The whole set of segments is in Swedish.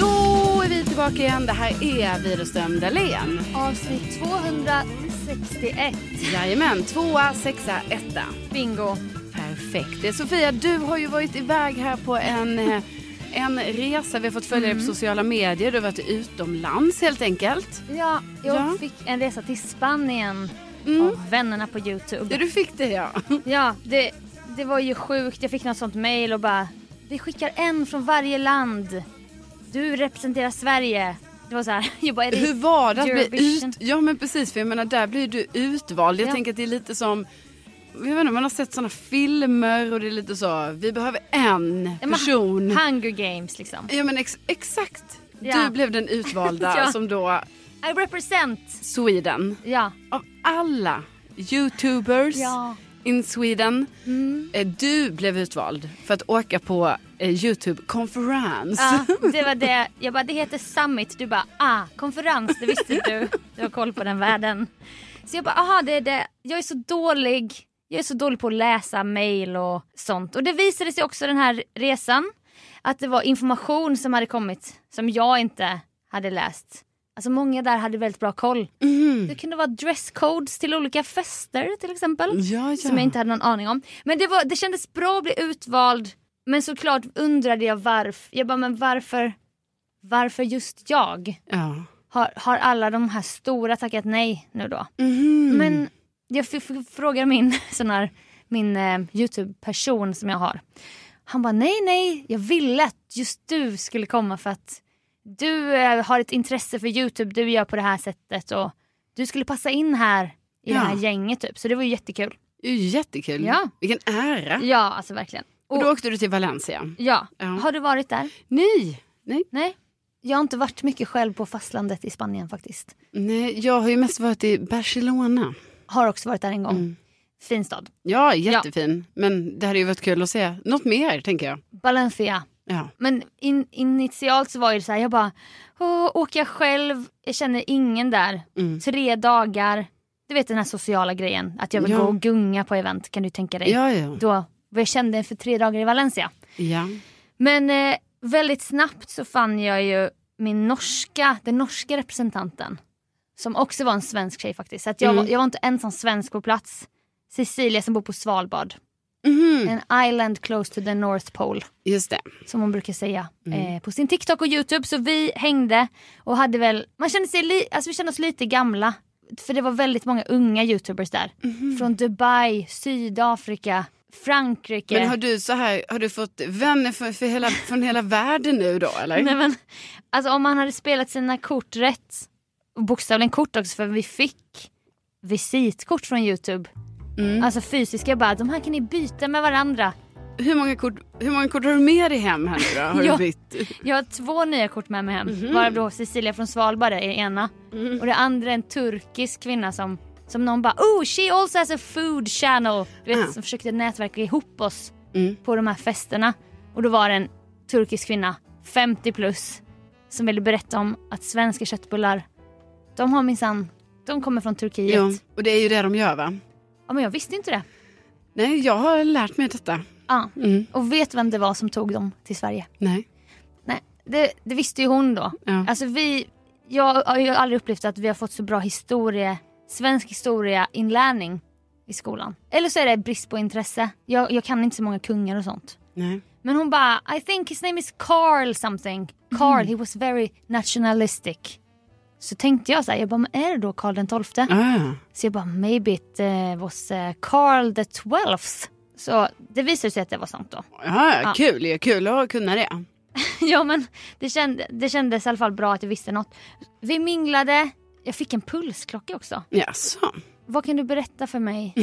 Då är vi tillbaka igen. Det här är Widerström Dahlén. Avsnitt 261. Jajamän, tvåa, sexa, etta. Bingo. Perfekt. Eh, Sofia, du har ju varit iväg här på en, eh, en resa. Vi har fått följa dig Mm. på sociala medier. Du har varit utomlands helt enkelt. Ja, jag Ja. Mm. fick en resa till Spanien av vännerna på Youtube. Ja, du fick det ja. Ja, det, det var ju sjukt. Jag fick något sånt mail och bara Vi skickar en från varje land. Du representerar Sverige. Det var så här. Jag bara, är det Hur var det att bli Eurovision? ut... Ja men precis, för jag menar där blir du utvald. Jag Ja. tänker att det är lite som jag vet inte, man har sett sådana filmer och det är lite så, vi behöver en Ja, men person. Hunger Games liksom. Ja men ex- exakt, Ja. du blev den utvalda Ja. som då I represent. Sweden. Ja. Av alla youtubers Ja. Mm. in Sweden, eh, du blev utvald för att åka på eh, youtube-konferens. ja, det var det. Jag bara, det heter Summit. Du bara, ah, konferens. Det visste du. Du har koll på den världen. Så jag bara, aha, det är det. Jag är så dålig. Jag är så dålig på att läsa mail och sånt. Och det visade sig också den här resan att det var information som hade kommit som jag inte hade läst. Alltså många där hade väldigt bra koll. Mhm. Det kunde vara dresscodes till olika fester till exempel. Ja, ja. Som jag inte hade någon aning om. Men det, var, det kändes bra att bli utvald. Men såklart undrade jag varför. Jag bara, men varför, varför just jag? Ja. Har, har alla de här stora tackat nej nu då? Mhm. Men jag fick, fick fråga min, sån här, min eh, Youtube-person som jag har. Han bara, nej nej, jag ville att just du skulle komma för att du eh, har ett intresse för Youtube, du gör på det här sättet och du skulle passa in här i Ja. det här gänget typ. Så det var ju jättekul. Det är ju jättekul. Ja. Vilken ära. Ja, alltså verkligen. Ah. Och då åkte du till Valencia. Ja. Ja. Har du varit där? Nej, nej, Nej. Jag har inte varit mycket själv på fastlandet i Spanien faktiskt. nej. Jag har ju mest varit i Barcelona. Har också varit där en gång. Mm. Fin stad. Ja, jättefin. Men det hade ju varit kul att se något mer, tänker jag. Valencia. Ja. Men in, initialt så var det så här, jag bara, åh, åker jag själv, jag känner ingen där. Mm. Tre dagar. Du vet den här sociala grejen, att jag vill Ja. gå och gunga på event, kan du tänka dig? Ja, ja. Då, vad jag kände för tre dagar i Valencia. ja. Men eh, väldigt snabbt så fann jag ju min norska, den norska representanten. Som också var en svensk tjej faktiskt. Så att Mm. jag, var, jag var inte ensam svensk på plats. Cecilia som bor på Svalbard. Mhm. Mm. En island close to the North Pole. Just det. Som hon brukar säga Mm. eh, på sin TikTok och YouTube. Så vi hängde och hade väl, man kände sig li, alltså vi kände oss lite gamla. För det var väldigt många unga YouTubers där. Mhm. Från Dubai, Sydafrika, Frankrike. Men har du, så här, har du fått vänner för, för hela, från hela världen nu då, eller? Nej, men, alltså om han hade spelat sina kort rätt, och bokstavligen kort också för vi fick Mm. visitkort från Youtube. Alltså fysiska bara, de här kan ni byta med varandra. hur, många kort, hur många kort har du med dig hem här nu då? Har Ja. du bytt? Jag har två nya kort med mig hem. Mhm. Varav då Cecilia från Svalbard är det ena. Och det andra är en turkisk kvinna som, som någon bara oh she also has a food channel. Du vet Ah. som försökte nätverka ihop oss Mm. på de här festerna. Och då var det en turkisk kvinna, 50 plus, som ville berätta om att svenska köttbullar, de har minsann, de kommer från Turkiet. Jo, Ja. och det är ju det de gör va? men jag visste inte det. Nej, jag har lärt mig detta. Ja. Mm. Och vet vem det var som tog dem till Sverige? Nej. Nej, det, det visste ju hon då. Ja. Alltså vi, jag har ju aldrig upplevt att vi har fått så bra historie, svensk historia inlärning i skolan. Eller så är det brist på intresse. Jag, jag kan inte så många kungar och sånt. Nej. Men hon bara, I think his name is Carl something. Carl, he was very nationalistic. Så tänkte jag så här, jag bara, men är det då Carl den tolfte? Ah, Så jag bara, maybe it eh, was eh, Carl the twelfth. Så det visade sig att det var sant då. ja, Ja. Kul, ja, kul att kunna det. Ja men det, kände, det kändes i alla fall bra att jag visste något. Vi minglade, jag fick en pulsklocka också. Jaså. Vad kan du berätta för mig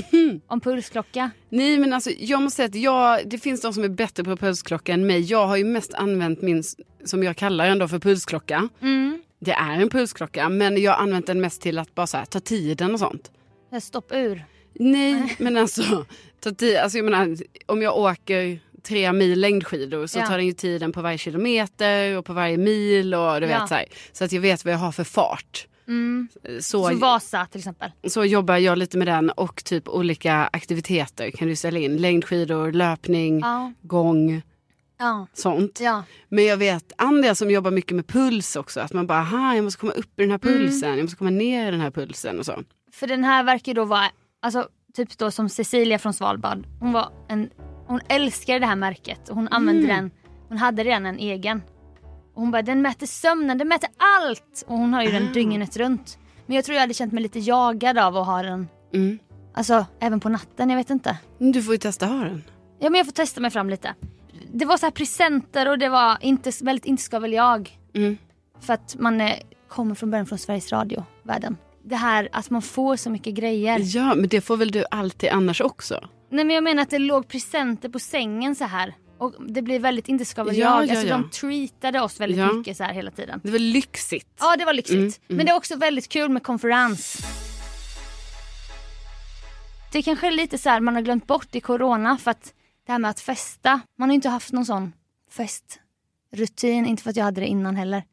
om pulsklocka? Nej men alltså jag måste säga att jag, det finns de som är bättre på pulsklocka än mig. Jag har ju mest använt min, s- som jag kallar den då för pulsklocka. Mm. Det är en pulsklocka men jag har använt den mest till att bara så här, ta tiden och sånt. Jag Eh, Stopp ur. Nej men alltså, ta ti- alltså jag menar, om jag åker tre mil längdskidor så Ja. tar den ju tiden på varje kilometer och på varje mil och du Ja. vet så här. Så att jag vet vad jag har för fart. Mm. Så, Så Vasa till exempel. så jobbar jag lite med den och typ olika aktiviteter kan du ställa in. Längdskidor, löpning, Ja. gång, Ja. sånt. ja. Men jag vet andra som jobbar mycket med puls också. Att man bara, aha jag måste komma upp i den här Mm. pulsen, jag måste komma ner i den här pulsen och så. För den här verkar ju då vara, alltså typ då som Cecilia från Svalbard. Hon var en, hon älskade det här märket och hon använde den, hon hade redan en egen. Och hon bara den mäter sömnen, den mäter allt! Och hon har ju den dygnet runt. Men jag tror jag hade känt mig lite jagad av att ha den, Mm. alltså även på natten, jag vet inte. Men Du får ju testa att ha den. Ja men jag får testa mig fram lite. Det var så här presenter och det var inte, väldigt inte ska väl jag. Mm. För att man eh, kommer från början från Sveriges Radio, världen. Det här att man får så mycket grejer. Ja men det får väl du alltid annars också. Nej men jag menar att det låg presenter på sängen så här. Och det blir väldigt, inte ska väl Ja, jag. ja, alltså ja. de treatade oss väldigt Ja. mycket så här hela tiden. Det var lyxigt. Ja det var lyxigt. Mm, mm. Men det är också väldigt kul med konferens. Det kanske är lite så här man har glömt bort i corona för att det här med att festa. Man har ju inte haft någon sån festrutin, inte för att jag hade det innan heller.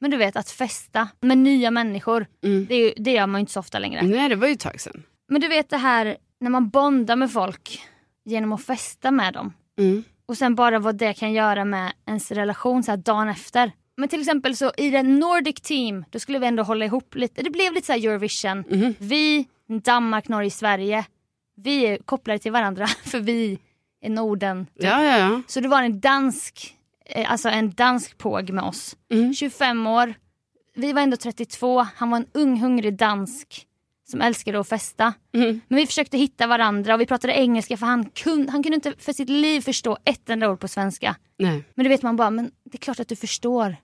Men du vet att festa med nya människor, Mm. det, är ju, det gör man ju inte så ofta längre. Nej det var ju ett tag sedan. Men du vet det här när man bondar med folk genom att festa med dem. Mm. Och sen bara vad det kan göra med ens relation så här dagen efter. Men till exempel så i den Nordic team, då skulle vi ändå hålla ihop lite. Det blev lite så här Eurovision. Mhm. Vi, Danmark, Norge, Sverige. Vi är kopplade till varandra för vi är Norden. Ja ja ja. Så det var en dansk, eh, alltså en dansk påg med oss. Mm. 25 år. Vi var ändå 32. Han var en ung hungrig dansk som älskade att festa. Mm. Men vi försökte hitta varandra och vi pratade engelska för han kunde, han kunde inte för sitt liv förstå ett enda ord på svenska. Nej. Men du vet man bara, men det är klart att du förstår.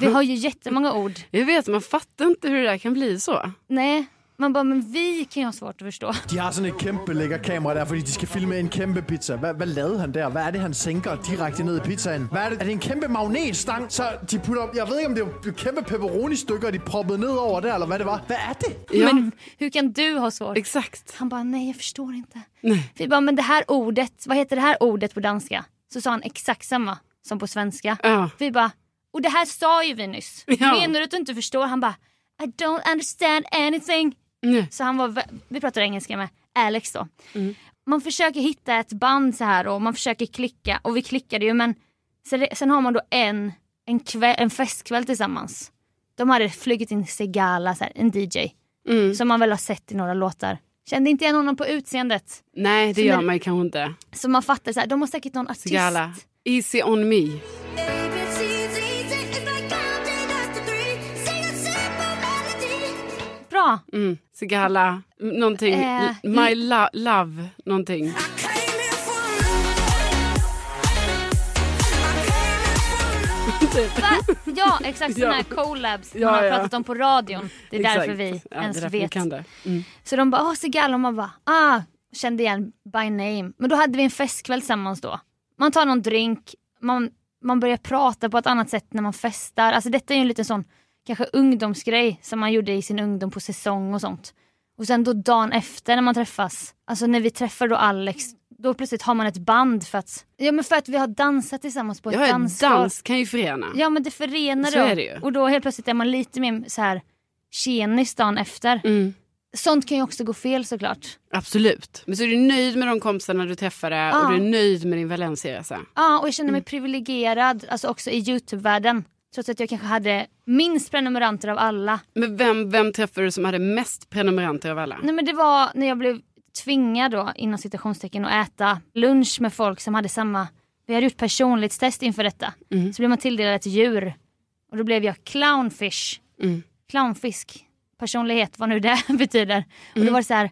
Vi har ju jättemånga ord. Jag vet man fattar inte hur det där kan bli så. Nej, man bara, men vi kan ju ha svårt att förstå. De har sådan et kæmpe lækker kamera der, fordi de skal filme en kæmpe pizza. Hvad, hvad lavede han der? Hvad er det, han sænker direkte ned i pizzaen? Hvad er det? Er det en kæmpe magnetstang, så de putter... Jeg ved ikke, om det var kæmpe pepperoni-stykker, de proppede ned over der, eller hvad det var. Hvad er det? Ja. Men hur kan du ha svårt? Exakt. Han bara, nej jag förstår inte. Nej. Vi bara, men det här ordet, vad heter det här ordet på danska? Så sa han exakt samma som på svenska. Ja. Vi bara, och det här sa ju vi nyss. Ja. Menar du att du inte förstår? Han bara, I don't understand anything. Nej. Mm. Så han var, vä- vi pratar engelska med Alex då. Man försöker hitta ett band så här och man försöker klicka och vi klickade ju men sen, sen har man då en, en, kväll, en festkväll tillsammans. De hade flugit in Segala, så här, en DJ, Mm. som man väl har sett i några låtar. Kände inte igen honom på utseendet. Nej det Så gör när- man ju kanske inte. Så man fattar så här, de har säkert någon artist. Gala. Easy on me. Bra. Mm. Sigala, m- någonting, Eh, L- my lo- love, någonting. Typ. Va? Ja exakt sådana här Ja. collabs Ja, man har ja. pratat om på radion. Det är därför Exakt. vi Ja, ens det är därför vi vet. kan det. Mm. Så de bara, åh Sigal och man bara, ah, kände igen by name. Men då hade vi en festkväll tillsammans då. man tar någon drink, man, man börjar prata på ett annat sätt när man festar. Alltså detta är ju en liten sån kanske ungdomsgrej som man gjorde i sin ungdom på säsong och sånt. Och sen då dagen efter när man träffas, alltså när vi träffar då Alex, då plötsligt har man ett band för att, ja men för att vi har dansat tillsammans på ett Ja, dansgolv. dans kan ju förena. Ja men det förenar Så då. är det ju. Och då helt plötsligt är man lite mer så här tjenis dagen efter. Mm. Sånt kan ju också gå fel såklart. Absolut. Men så är du nöjd med de kompisarna du träffade Ja. och du är nöjd med din Valencia-resa. Ja och jag känner mig Mm. privilegierad, alltså också i Youtube-världen. Trots att jag kanske hade minst prenumeranter av alla. Men vem, vem träffade du som hade mest prenumeranter av alla? Nej men det var när jag blev tvingad då inom citationstecken att äta lunch med folk som hade samma, vi hade gjort personlighetstest inför detta. Mm. Så blev man tilldelad ett djur och då blev jag clownfish. Mm. Clownfisk, personlighet vad nu det betyder. Och då Mm. var det så här,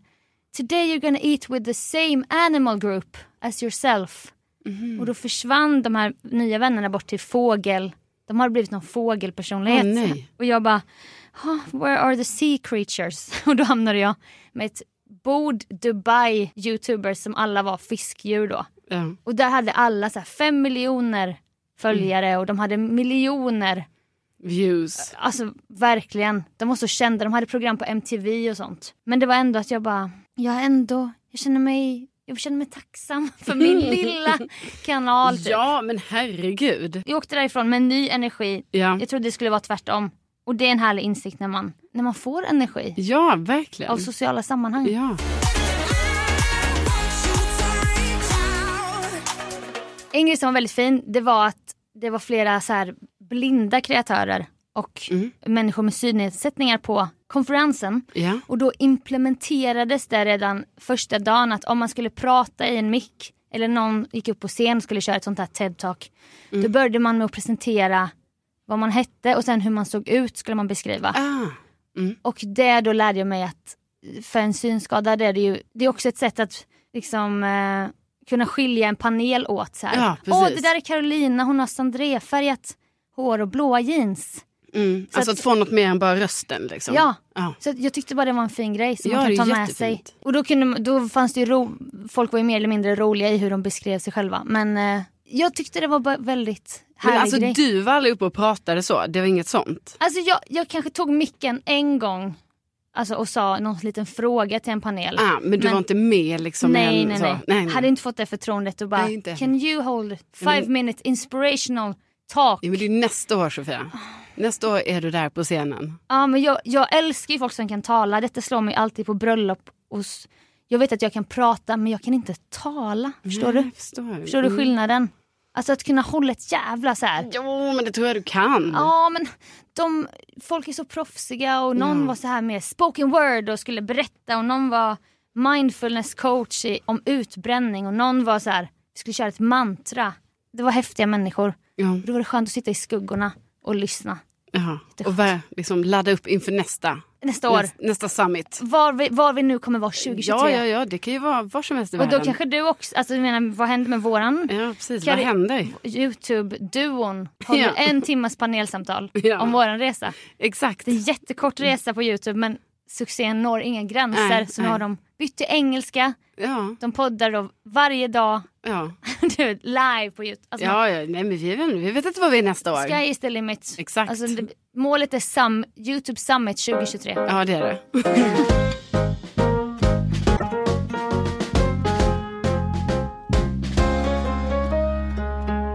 today you're gonna eat with the same animal group as yourself. Mhm. Och då försvann de här nya vännerna bort till fågel. De hade blivit någon fågelpersonlighet. Åh, nej. Och jag bara, "Huh, where are the sea creatures? Och då hamnade jag med ett bord Dubai-youtubers som alla var fiskdjur då. Ja. Och där hade alla så här fem miljoner följare Mm. och de hade miljoner, Views. alltså verkligen. De var så kända, de hade program på MTV och sånt. Men det var ändå att jag bara, jag är ändå, jag känner mig, jag känner mig tacksam för min lilla kanal. Typ. Ja, men herregud. Jag åkte därifrån med ny energi. Ja, Jag trodde det skulle vara tvärtom. Och det är en härlig insikt när man, när man får energi ja verkligen. av sociala sammanhang. Ja. En grej som var väldigt fin, det var att det var flera så här blinda kreatörer och Mm. människor med synnedsättningar på konferensen. Ja. Och då implementerades det redan första dagen att om man skulle prata i en mick eller någon gick upp på scen och skulle köra ett sånt här TED-talk. Då Mm. började man med att presentera vad man hette och sen hur man såg ut skulle man beskriva. Ah. Och det då lärde jag mig att för en synskadad är det ju, det är också ett sätt att liksom eh, kunna skilja en panel åt så här. Ja, precis. Åh det där är Carolina, hon har sandrefärgat hår och blåa jeans. Mm. Så Alltså att- att få något mer än bara rösten. Liksom. Ja. ja. Så att jag tyckte bara det var en fin grej som Ja, man det kan är ta med jättefint. sig. Och då, kunde, då fanns det ju ro, folk var ju mer eller mindre roliga i hur de beskrev sig själva. Men eh, jag tyckte det var bara väldigt härlig Men alltså grej. du var aldrig uppe och pratade så, det var inget sånt? Alltså jag, jag kanske tog micken en gång alltså, och sa någon liten fråga till en panel. Ah, men du var inte med liksom? i nej, en, nej, så. nej, Hade inte fått det förtroendet och bara Nej, inte. Can you hold five minute inspirational talk? Ja, men det är ju nästa år Sofia. Ah. Nästa år är du där på scenen. Ja, men jag, jag älskar ju folk som kan tala. Detta slår mig alltid på bröllop. Och s- jag vet att jag kan prata men jag kan inte tala. Förstår Nej, du? jag Förstår, Förstår du skillnaden? Alltså att kunna hålla ett jävla så här. Jo, men det tror jag du kan. Ja men de, folk är så proffsiga och någon Mm. var så här med spoken word och skulle berätta och någon var mindfulness coach i, om utbränning och någon var så här, skulle köra ett mantra. Det var häftiga människor. Ja. Och då var det skönt att sitta i skuggorna och lyssna. Jaha. Och vad, liksom, ladda upp inför nästa, Nästa år, nästa, nästa summit. var vi, var vi nu kommer vara 2023. Ja, ja, ja, det kan ju vara var som helst i Och då världen. kanske du också, alltså jag menar vad händer med våran Ja, precis. Kan Vad det- händer? Youtube-duon? Har vi Ja. en timmas panelsamtal Ja. om våran resa? Exakt. Det är en jättekort resa på Youtube men succén når inga gränser. Nej, så nu nej. har de bytt till engelska, Ja, de poddar då varje dag ja. du, vet, live på Youtube. Alltså, ja, ja. Nej, men vi, vet- vi vet inte vad vi är nästa år. Sky is the limit. Exakt. Alltså, det, målet är sum, Youtube Summit 2023. Ja, det är det.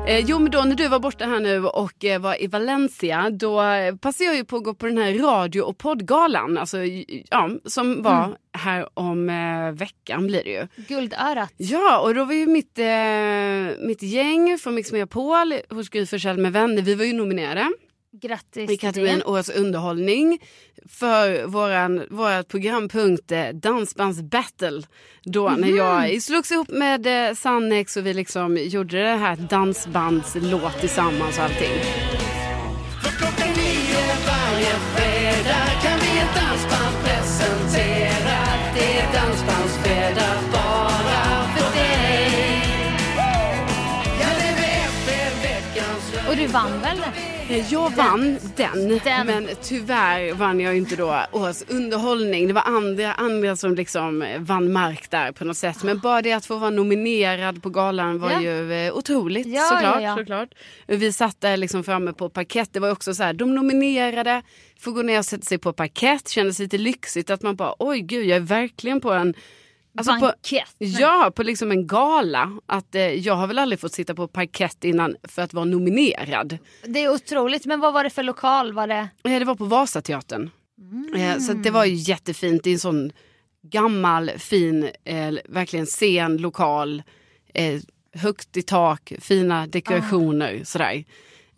Eh, Jo men då när du var borta här nu och eh, var i Valencia då eh, passade jag ju på att gå på den här radio och poddgalan alltså, j- ja, som var Mm. här om eh, veckan blir det ju. Guldörat. Ja, och då var ju mitt, eh, mitt gäng från Mix Megapol hos Gry Forssell med vänner, vi var ju nominerade Grattis i kategorin Årets underhållning för våran, vårat programpunkt eh, Dansbandsbattle. Då när jag slogs ihop med eh, Sannex och vi liksom gjorde det här dansbandslåt tillsammans och allting. Och du vann väl? Eh, Jag vann den, Den. men tyvärr vann jag inte då årets underhållning. Det var andra, andra som liksom eh, vann mark där på något sätt. Men bara det att få vara nominerad på galan var Ja. ju eh, otroligt Ja, såklart. ja, ja. såklart. Vi satt där liksom framme på parkett. Det var också så här, de nominerade får gå ner och sätta sig på parkett. Kändes lite lyxigt att man bara, oj gud, jag är verkligen på en Alltså på, Bankett. ja, på liksom en gala. Att, eh, jag har väl aldrig fått sitta på parkett innan för att vara nominerad. Det är otroligt. Men vad var det för lokal? Var det? Eh, Det var på Vasateatern. Mm. Eh, Så att det var ju jättefint. Det är en sån gammal, fin, eh, verkligen scen, lokal. Eh, högt i tak, fina dekorationer. Sådär.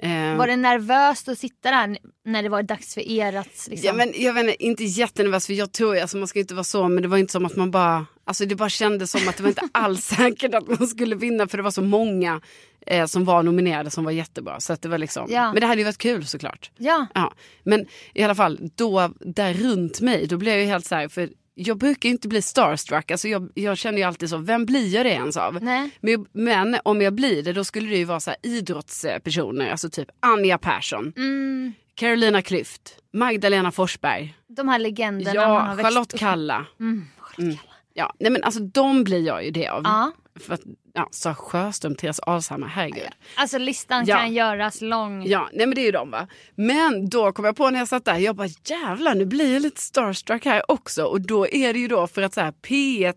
Eh, Ah. Var det nervöst att sitta där n- när det var dags för er att... Liksom... Ja, men, jag vet inte, inte jättenervös för jag tror, alltså, man ska inte vara så men det var inte som att man bara, alltså det bara kändes som att det var inte alls säkert att man skulle vinna för det var så många eh, som var nominerade som var jättebra. Så att det var liksom, Ja. Men det hade ju varit kul såklart. Ja. Ja, men i alla fall, då där runt mig, då blev jag ju helt så här, för jag brukar ju inte bli starstruck, alltså jag, jag känner ju alltid så, vem blir jag det ens av? Nej. Men, jag- men om jag blir det, då skulle det ju vara så här idrottspersoner, alltså typ Anja Persson, Mm, Carolina Klyft, Magdalena Forsberg, de här legenderna man har ja, växt Charlotte upp- Kalla. Mm, Charlotte Kalla. Ja, nej men alltså de blir jag ju det av. Ja. För att, ja, Sara Sjöström, Therese Alshammar, herregud. Alltså listan Ja. kan göras lång. Ja, nej men det är ju de va. Men då kom jag på när jag satt där, jag bara jävlar nu blir jag lite starstruck här också. Och då är det ju då för att så här P1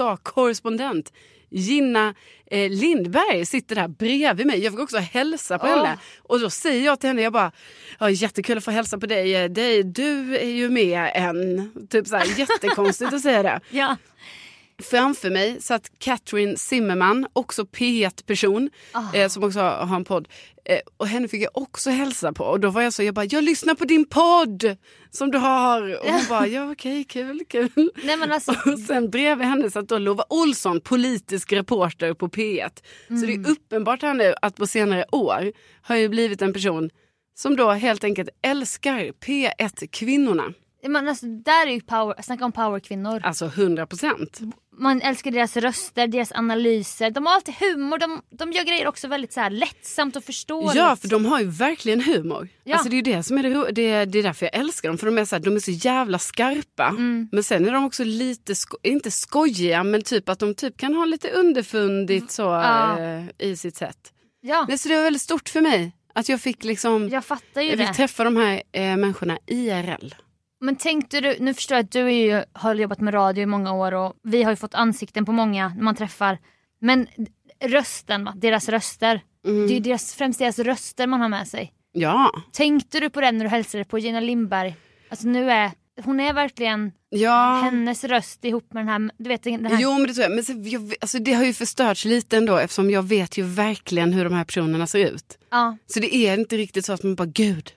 USA-korrespondent Gina eh, Lindberg sitter där bredvid mig. Jag fick också hälsa på Åh. henne. Och då säger jag till henne, jag bara, ja, jättekul att få hälsa på dig. Eh, dig. Du är ju med än. Typ så här, jättekonstigt att säga det. Ja. Framför mig satt Katrin Zimmerman, också P1-person, eh, som också har, har en podd. Eh, och henne fick jag också hälsa på. Och då var jag så, jag bara, jag lyssnar på din podd som du har. Och hon bara, ja okej, kul, kul. Nej men alltså, Och sen bredvid henne satt då Lova Olsson, politisk reporter på P1. Så det är uppenbart här nu att på senare år har jag ju blivit en person som då helt enkelt älskar P1-kvinnorna. men alltså där är ju power, snacka om powerkvinnor. Alltså 100 procent. Man älskar deras röster, deras analyser. De har alltid humor, de, de gör grejer också väldigt så här lättsamt liksom. och förståeligt. Ja, för de har ju verkligen humor. Ja. Alltså det är ju det som är det, ro- det, är- det är därför jag älskar dem. För de är så, här, de är så jävla skarpa. Mm. Men sen är de också lite, sko- inte skojiga, men typ att de typ kan ha lite underfundigt så Mm. Ja. eh, i sitt sätt. ja Nej, så det var väldigt stort för mig att jag fick liksom, jag fattar ju jag fick det. träffa de här eh, människorna IRL. Men tänkte du, nu förstår jag att du är ju, har jobbat med radio i många år och vi har ju fått ansikten på många när man träffar. Men rösten, va? deras röster. Mm. Det är ju deras, främst deras röster man har med sig. Ja, Tänkte du på det när du hälsade på Gina Lindberg? Alltså nu är, hon är verkligen ja. hennes röst ihop med den här, du vet den här. Jo men det tror jag. Men så, jag, alltså, det har ju förstörts lite ändå eftersom jag vet ju verkligen hur de här personerna ser ut. Ja, Så det är inte riktigt så att man bara gud,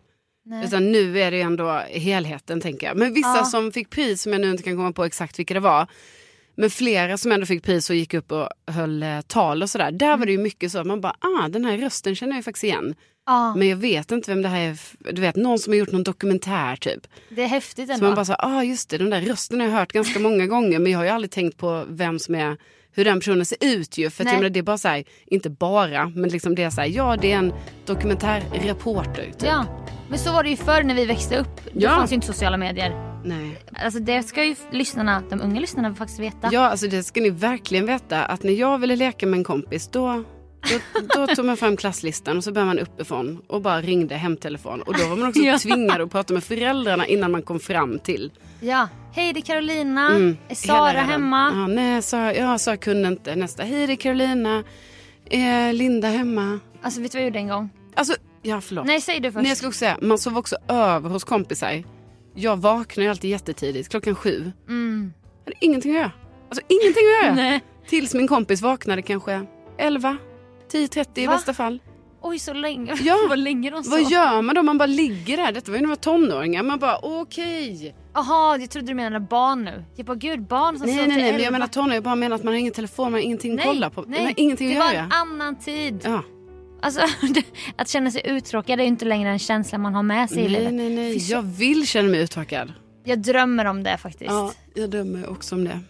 nej. Utan nu är det ju ändå helheten tänker jag. Men vissa Ja. som fick pris som jag nu inte kan komma på exakt vilka det var. Men flera som ändå fick pris och gick upp och höll eh, tal och sådär. Där var Mm. det ju mycket så att man bara, ah den här rösten känner jag ju faktiskt igen. ja Men jag vet inte vem det här är. f- Du vet någon som har gjort någon dokumentär typ. det är häftigt Så man ändå. bara så här, ah just det den där rösten har jag hört ganska många gånger. Men jag har ju aldrig tänkt på vem som är, hur den personen ser ut ju. För att jag Nej. menar, det är bara så här, inte bara, men liksom det är så här, ja det är en dokumentärreporter typ. Ja, men så var det ju förr när vi växte upp. Då Ja. fanns ju inte sociala medier. Nej. Alltså det ska ju lyssnarna, de unga lyssnarna faktiskt veta. Ja, alltså det ska ni verkligen veta att när jag ville leka med en kompis då, då, då tog man fram klasslistan och så började man uppifrån och bara ringde hemtelefon. Och då var man också Ja. tvingad att prata med föräldrarna innan man kom fram till. Ja. Hej det är Carolina, är Mm. hela Sara världen. Mm. hemma? Ja, nej, Sara, ja, Sara kunde inte. Nästa, hej det är Carolina. Är Linda hemma? Alltså vet du vad jag gjorde en gång? Alltså, ja förlåt. Nej säg du först. Nej, jag skulle också säga, man sov också över hos kompisar. Jag vaknar ju alltid jättetidigt, klockan sju. Mm. Jag hade ingenting att göra. Alltså ingenting att göra. Nej. Tills min kompis vaknade kanske 11, 10.30 i Va? bästa fall. Oj så länge, Ja. vad länge de Vad sov. gör man då? Man bara ligger där. Detta var ju när man var tonåringar. Man bara okej. Jaha, jag trodde du menade barn nu. Jag bara gud barn som Nej, sov nej, nej. till Men jag elva. menar tonåringar. Jag bara menar att man har ingen telefon, man har ingenting att kolla på. Man har ingenting det att var göra. en annan tid. Ja. Alltså, att känna sig uttråkad det är ju inte längre en känsla man har med sig i Nej, livet. nej, nej. Fy, så- Jag vill känna mig uttråkad. Jag drömmer om det faktiskt. Ja, jag dömer också om det.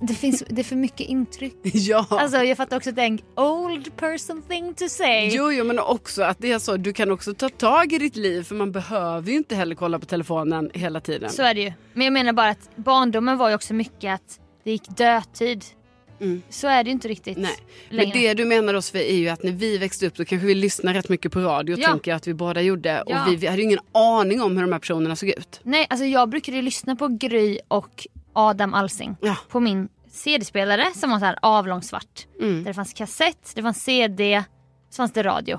Det, finns, det är för mycket intryck. ja. Alltså jag fattar också att det är en old person thing to say. Jo, jo, men också att det är så, du kan också ta tag i ditt liv för man behöver ju inte heller kolla på telefonen hela tiden. Så är det ju. Men jag menar bara att barndomen var ju också mycket att det gick dödtid. Mm. Så är det ju inte riktigt Nej, längre. Men det du menar Sofie är ju att när vi växte upp då kanske vi lyssnade rätt mycket på radio Ja. tänker jag att vi båda gjorde. Ja. Och vi, vi hade ju ingen aning om hur de här personerna såg ut. Nej, alltså jag brukade ju lyssna på Gry och Adam Alsing Ja. på min CD-spelare som var så här avlång svart. Mm. Där det fanns kassett, det fanns CD, så fanns det radio.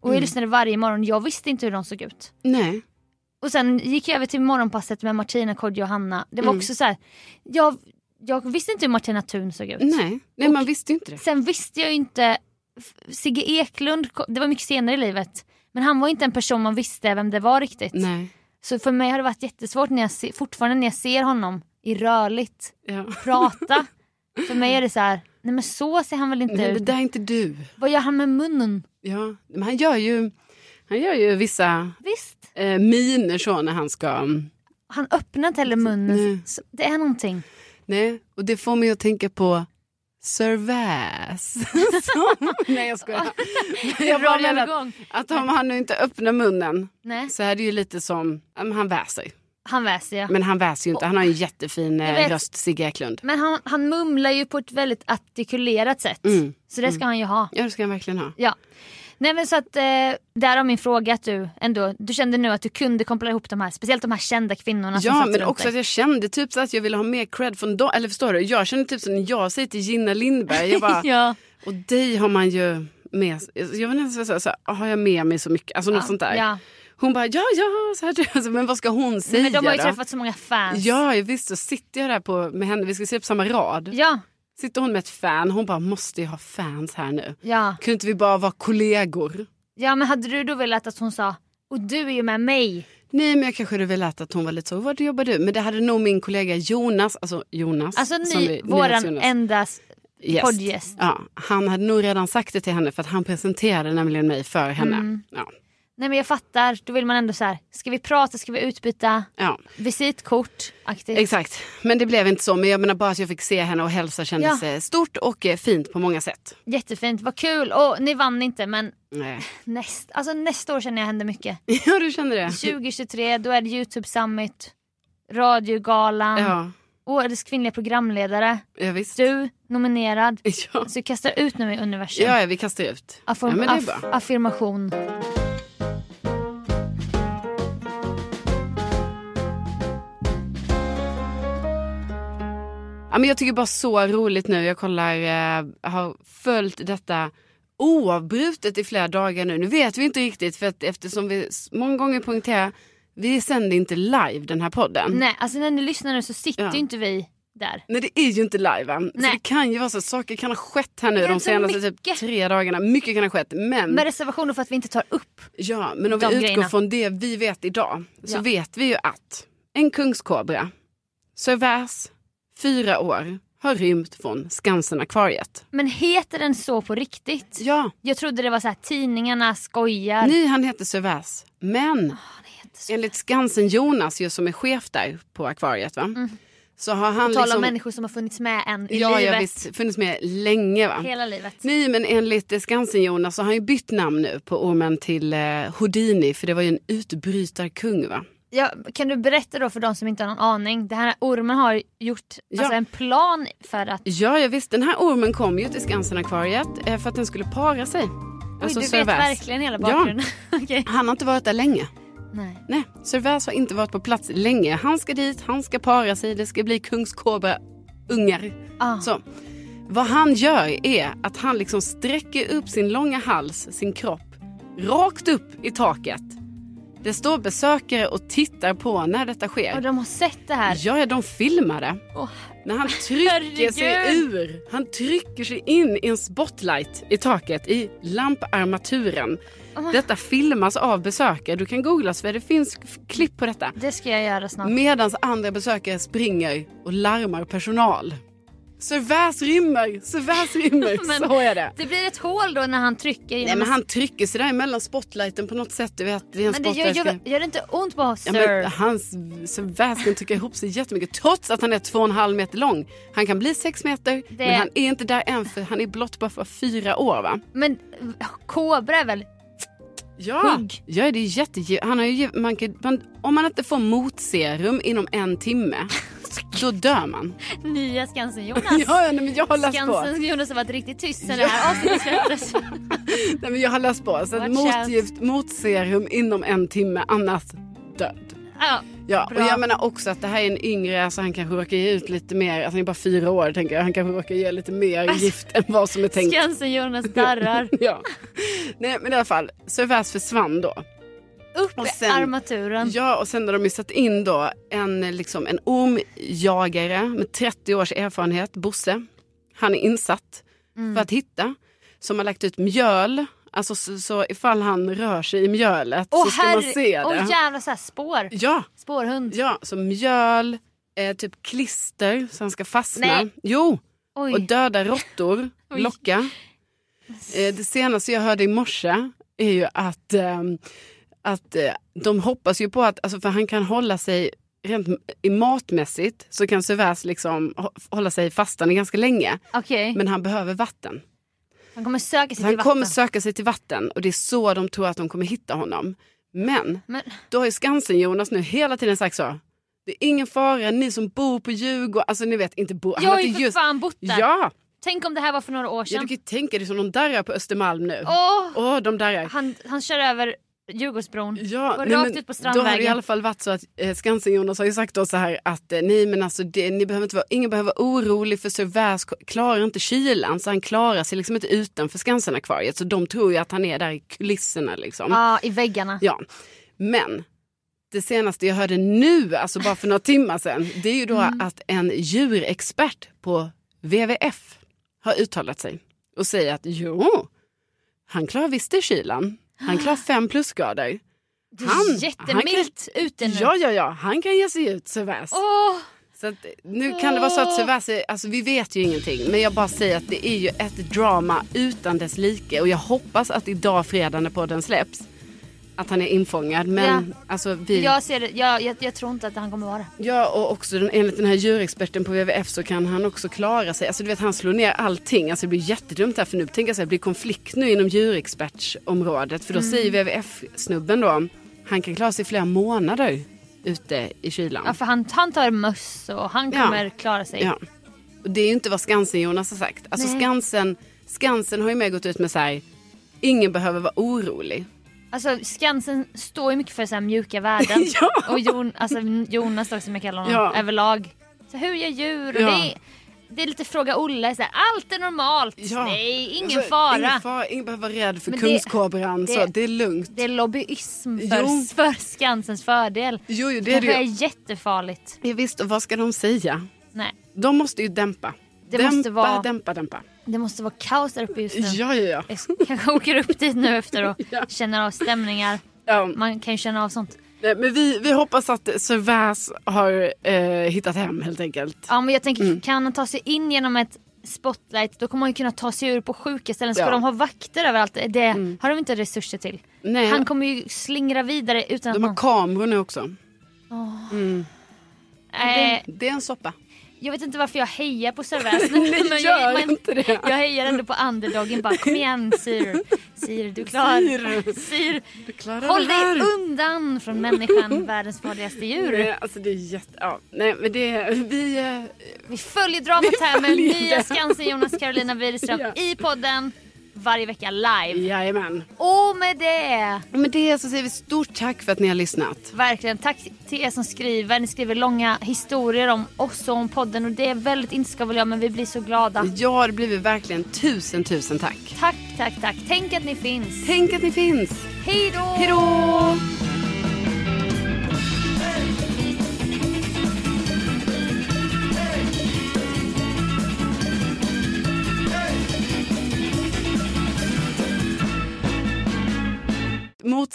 Och Mm. jag lyssnade varje morgon, jag visste inte hur de såg ut. Nej. Och sen gick jag över till morgonpasset med Martina, Kodjo och Hanna. Det var Mm. också så här, jag, jag visste inte hur Martina Thun såg ut. Nej, Nej man visste ju inte det. Sen visste jag ju inte, F- Sigge Eklund, ko- det var mycket senare i livet. Men han var inte en person man visste vem det var riktigt. Nej. Så för mig har det varit jättesvårt när jag se, fortfarande när jag ser honom i rörligt Ja. prata. för mig är det så här, nej men så ser han väl inte Nej, det ut. där är inte du. Vad gör han med munnen? Ja. Men han gör ju, han gör ju vissa Visst, eh, miner så när han ska... mm, han öppnar inte heller munnen. Nej. Så, det är någonting. Nej, och det får mig att tänka på Sir Vass. Som- Nej jag skojar. Men Jag bara Bra menar att, övergång. att om han nu inte öppnar munnen Nej, så är det ju lite som, ja, men han väser ju. han väser ja. Men han väser ju inte, han har ju en jättefin eh, Jag vet. röst, Sigge Eklund. Men han, han mumlar ju på ett väldigt artikulerat sätt. Mm. Så det ska han ju ha. Ja det ska han verkligen ha. Ja. Nej men så att eh, därav min fråga att du ändå, du kände nu att du kunde koppla ihop de här, speciellt de här kända kvinnorna som Ja satt men runt också dig. att jag kände typ så att jag ville ha mer cred från dem, eller förstår du? Jag kände typ så när jag säger till Gina Lindberg, jag bara, ja. och dig har man ju med, Alltså, jag vet inte, så, så, så, har jag med mig så mycket? Alltså något sånt där. Ja. Hon bara ja, ja, så här, alltså, men vad ska hon säga Men de har ju då? träffat så många fans. Ja, visst, så sitter jag där på, med henne, vi ska se på samma rad. Ja, Sitter hon med ett fan, hon bara måste jag ha fans här nu? ja. Kunde inte vi bara vara kollegor? Ja men hade du då velat att hon sa, och du är ju med mig. Nej, men jag kanske hade velat att hon var lite så, vad jobbar du? Men det hade nog min kollega Jonas, alltså Jonas. Alltså som ni, vi- våran Nyhets-Jonas. enda s- Gäst. poddgäst. Ja, han hade nog redan sagt det till henne för att han presenterade nämligen mig för henne. Mm. Ja, Nej men jag fattar, då vill man ändå så här, ska vi prata, ska vi utbyta ja. visitkort? Aktivt. Exakt, men det blev inte så. Men jag menar bara att jag fick se henne och hälsa kändes Ja. eh, stort och eh, fint på många sätt. Jättefint, vad kul. Och ni vann inte men Nej. näst, alltså, nästa år känner jag händer mycket. Ja, du kände det? 2023, då är det Youtube Summit, radiogalan, Ja, årets kvinnliga programledare. ja visst. Du nominerad. Ja. Så kastar ut nu i universum. ja, ja, vi kastar ut. Affirm- ja, men det är aff- bra. Mm. affirmation. Ja, men jag tycker bara så roligt nu. Jag kollar, eh, har följt detta oavbrutet i flera dagar nu. Nu vet vi inte riktigt för att eftersom vi s- många gånger poängterar vi sänder inte live den här podden. Nej, alltså när ni lyssnar nu så sitter Ja. ju inte vi där. Nej, det är ju inte live än. Så Nej. det kan ju vara så att saker kan ha skett här nu Det är de så senaste typ mycket. tre dagarna. Mycket kan ha skett. Men, Med reservationer för att vi inte tar upp. ja, men om vi de utgår grejerna. från det vi vet idag så Ja. vet vi ju att en kungskobra, Servais, fyra år, har rymt från Skansen-akvariet. Men heter den så på riktigt? Ja, Jag trodde det var så här tidningarna skojar. Nej, han heter Servais. Men enligt Skansen-Jonas, ju som är chef där på akvariet, va? så har han liksom... Tala Mm. om människor som har funnits med en i ja, jag livet. visst, funnits med länge. va? Hela livet. Nej, men enligt eh, Skansen-Jonas så har han ju bytt namn nu på ormen till eh, Houdini, för det var ju en utbrytarkung. va? Ja, kan du berätta då för de som inte har någon aning. Det här ormen har gjort Ja. alltså, en plan för att... Ja, ja, visst, den här ormen kom ju till Skansen-akvariet eh, för att den skulle para sig. Alltså Oj, du vet Servais. verkligen hela Ja. bakgrunden. Okej. Han har inte varit där länge. Nej. Nej, Servais har inte varit på plats länge. Han ska dit, han ska para sig, det ska bli kungskobra-ungar. Ah. Så. Vad han gör är att han liksom sträcker upp sin långa hals, sin kropp, rakt upp i taket. Det står besökare och tittar på när detta Och sker. de har sett det här. Ja, ja, de filmar det. Åh, När han trycker sig Herregud. ur, han trycker sig in i en spotlight i taket, i lamparmaturen. Ah. Detta filmas av besökare. Du kan googla för det finns f- klipp på detta. det ska jag göra snart. Medan andra besökare springer och larmar personal. Servais rymmer, servais rymmer. Men- Så är det. Det blir ett hål då när han trycker Nej genom... men han trycker sig där emellan spotlighten på något sätt. Du vet, det är en men det gör, spotlight. gör, gör det inte ont på Ja, sir? men hans servais kan trycka ihop sig jättemycket trots att han är två och en halv meter lång. Han kan bli sex meter Det- men han är inte där än för han är blott bara för fyra år va? Men eh, kobra är väl... Ja, Hugg. ja det är jätte... Han har ju, ge- man kan, man, om man inte får motserum inom en timme då dör man. Nya Skansen-Jonas. Ja, ja, nej, men jag har läst på. Skansen-Jonas har varit riktigt tyst sen det här avsnittet släpptes. Nej, men jag har läst på. Så att Vad känns- motgift, motserum inom en timme annars död. ja. Ja, Bra. och jag menar också att det här är en yngre, alltså han kanske råkar ge ut lite mer, alltså han är bara fyra år tänker jag, han kanske råkar ge lite mer Alltså, gift än vad som är tänkt. Skansen-Jonas darrar. Ja. Nej men i alla fall, Servais försvann då. Upp Och i sen- armaturen. Ja och sen har de ju satt in då en, liksom, en ormjagare med 30 års erfarenhet, Bosse. Han är insatt Mm. för att hitta. Som har lagt ut mjöl, alltså så, så ifall han rör sig i mjölet Åh, så ska man herre- se det. Åh jävlar, så här spår. ja. Spårhund. Ja, så mjöl, eh, typ klister så han ska fastna. Nej. Jo, Oj. och döda råttor, Oj. locka. Eh, det senaste jag hörde i morse är ju att, ehm, att eh, de hoppas ju på att, alltså för han kan hålla sig rent m- i matmässigt så kan Suvers liksom hå- hålla sig fastande ganska länge. Okej. Men han behöver vatten. Han kommer söka Så sig han till vatten. kommer söka sig till vatten och det är så de tror att de kommer hitta honom. Men Men, då har ju Skansen-Jonas nu hela tiden sagt så. Det är ingen fara, ni som bor på Djurgården, alltså ni vet inte bor... jag har ju för fan bott där. Ja, Tänk om det här var för några år ja, du sedan. kan ju tänka dig som de darrar på Östermalm nu. Åh, Åh! de darrar. han, han kör över Djurgårdsbron. Ja, Går nej, rakt men ut på Då har det i Strandvägen. alla fall varit så att eh, Skansen-Jonas har ju sagt då så här att eh, nej men alltså det, ni behöver inte vara, ingen behöver vara orolig för Servais klarar inte kylan så han klarar sig liksom inte utanför Skansen-akvariet så de tror ju att han är där i kulisserna liksom. Ja, i väggarna. Ja, men det senaste jag hörde nu, alltså bara för några timmar sedan, det är ju då Mm. att en djurexpert på WWF har uttalat sig och säger att jo, han klarar visst det kylan. Han klarar fem plusgrader. Det Han- är han jättemilt ute nu. Ja, ja, ja, han kan ge sig ut, Servais. Åh, Så att, nu kan det vara så att Servais, är- alltså vi vet ju ingenting, men jag bara säger att det är ju ett drama utan dess like och jag hoppas att idag fredag när podden släpps att han är infångad, men Ja. alltså vi... jag, ser det. Jag, jag, jag tror inte att han kommer vara det. Ja och också den, enligt den här djurexperten på WWF så kan han också klara sig. Alltså du vet han slår ner allting. Alltså det blir jättedumt här för nu tänker jag så här, det blir konflikt nu inom djurexpertsområdet. Mm. För då säger WWF-snubben då, han kan klara sig i flera månader ute i kylan. Ja, för han, han tar möss och han Ja. kommer klara sig. Ja. Och det är ju inte vad Skansen-Jonas har sagt. Alltså Nej. Skansen, Skansen har ju med gått ut med så här, ingen behöver vara orolig. Alltså Skansen står ju mycket för så här mjuka värden. Ja. Och Jon, alltså, Jonas då, som jag kallar honom Ja. överlag. Så hur gör djur? Och Ja. det, är, det är lite fråga Olle. Så här, allt är normalt. Ja. Nej, ingen Alltså, fara. Ingen fara, ingen behöver vara rädd för Men det- kungskobran. så det- det är lugnt. Det är lobbyism för, Jo. för Skansens fördel. Jo, jo, det Det är det är ju. jättefarligt. Ja, visst, och vad ska de säga? Nej. De måste ju dämpa. Det dämpa, måste vara- dämpa, dämpa. Det måste vara kaos där uppe just nu. Ja, ja, ja. Jag kanske åker upp dit nu efter och känner av stämningar. ja. Man kan ju känna av sånt. nej, Men vi, vi hoppas att Servais har eh, hittat hem helt enkelt. Ja men jag tänker Mm. kan han ta sig in genom ett spotlight då kommer han ju kunna ta sig ur på sjuka ställen. Ska Ja. Mm. de ha vakter överallt? Det har de inte resurser till. Nej, Han kommer ju slingra vidare utan att de har någon... kameror nu också. Eh, Det är en soppa. jag vet inte varför jag hejar på Servais. Nej, gör inte det. Jag hejar ändå på underdogen bara kom igen Sir. Sir du klarar Sir. Du klarar Håll det dig här. undan från människan, världens farligaste djur. Nej, alltså det är jätte... Ja, nej, men det... Vi... Eh, Vi följer dramat här med följer nya det. Skansen Jonas Carolina Widerström Ja. i podden varje vecka live. jajamän. Och med det, Med det så säger vi stort tack för att ni har lyssnat. verkligen tack till er som skriver. Ni skriver långa historier om oss och om podden och det är väldigt inte ska väl jag men vi blir så glada. Ja, det blir vi verkligen tusen, tusen tack. Tack, tack, tack. Tänk att ni finns. Tänk att ni finns. Hej då! Hej då! mot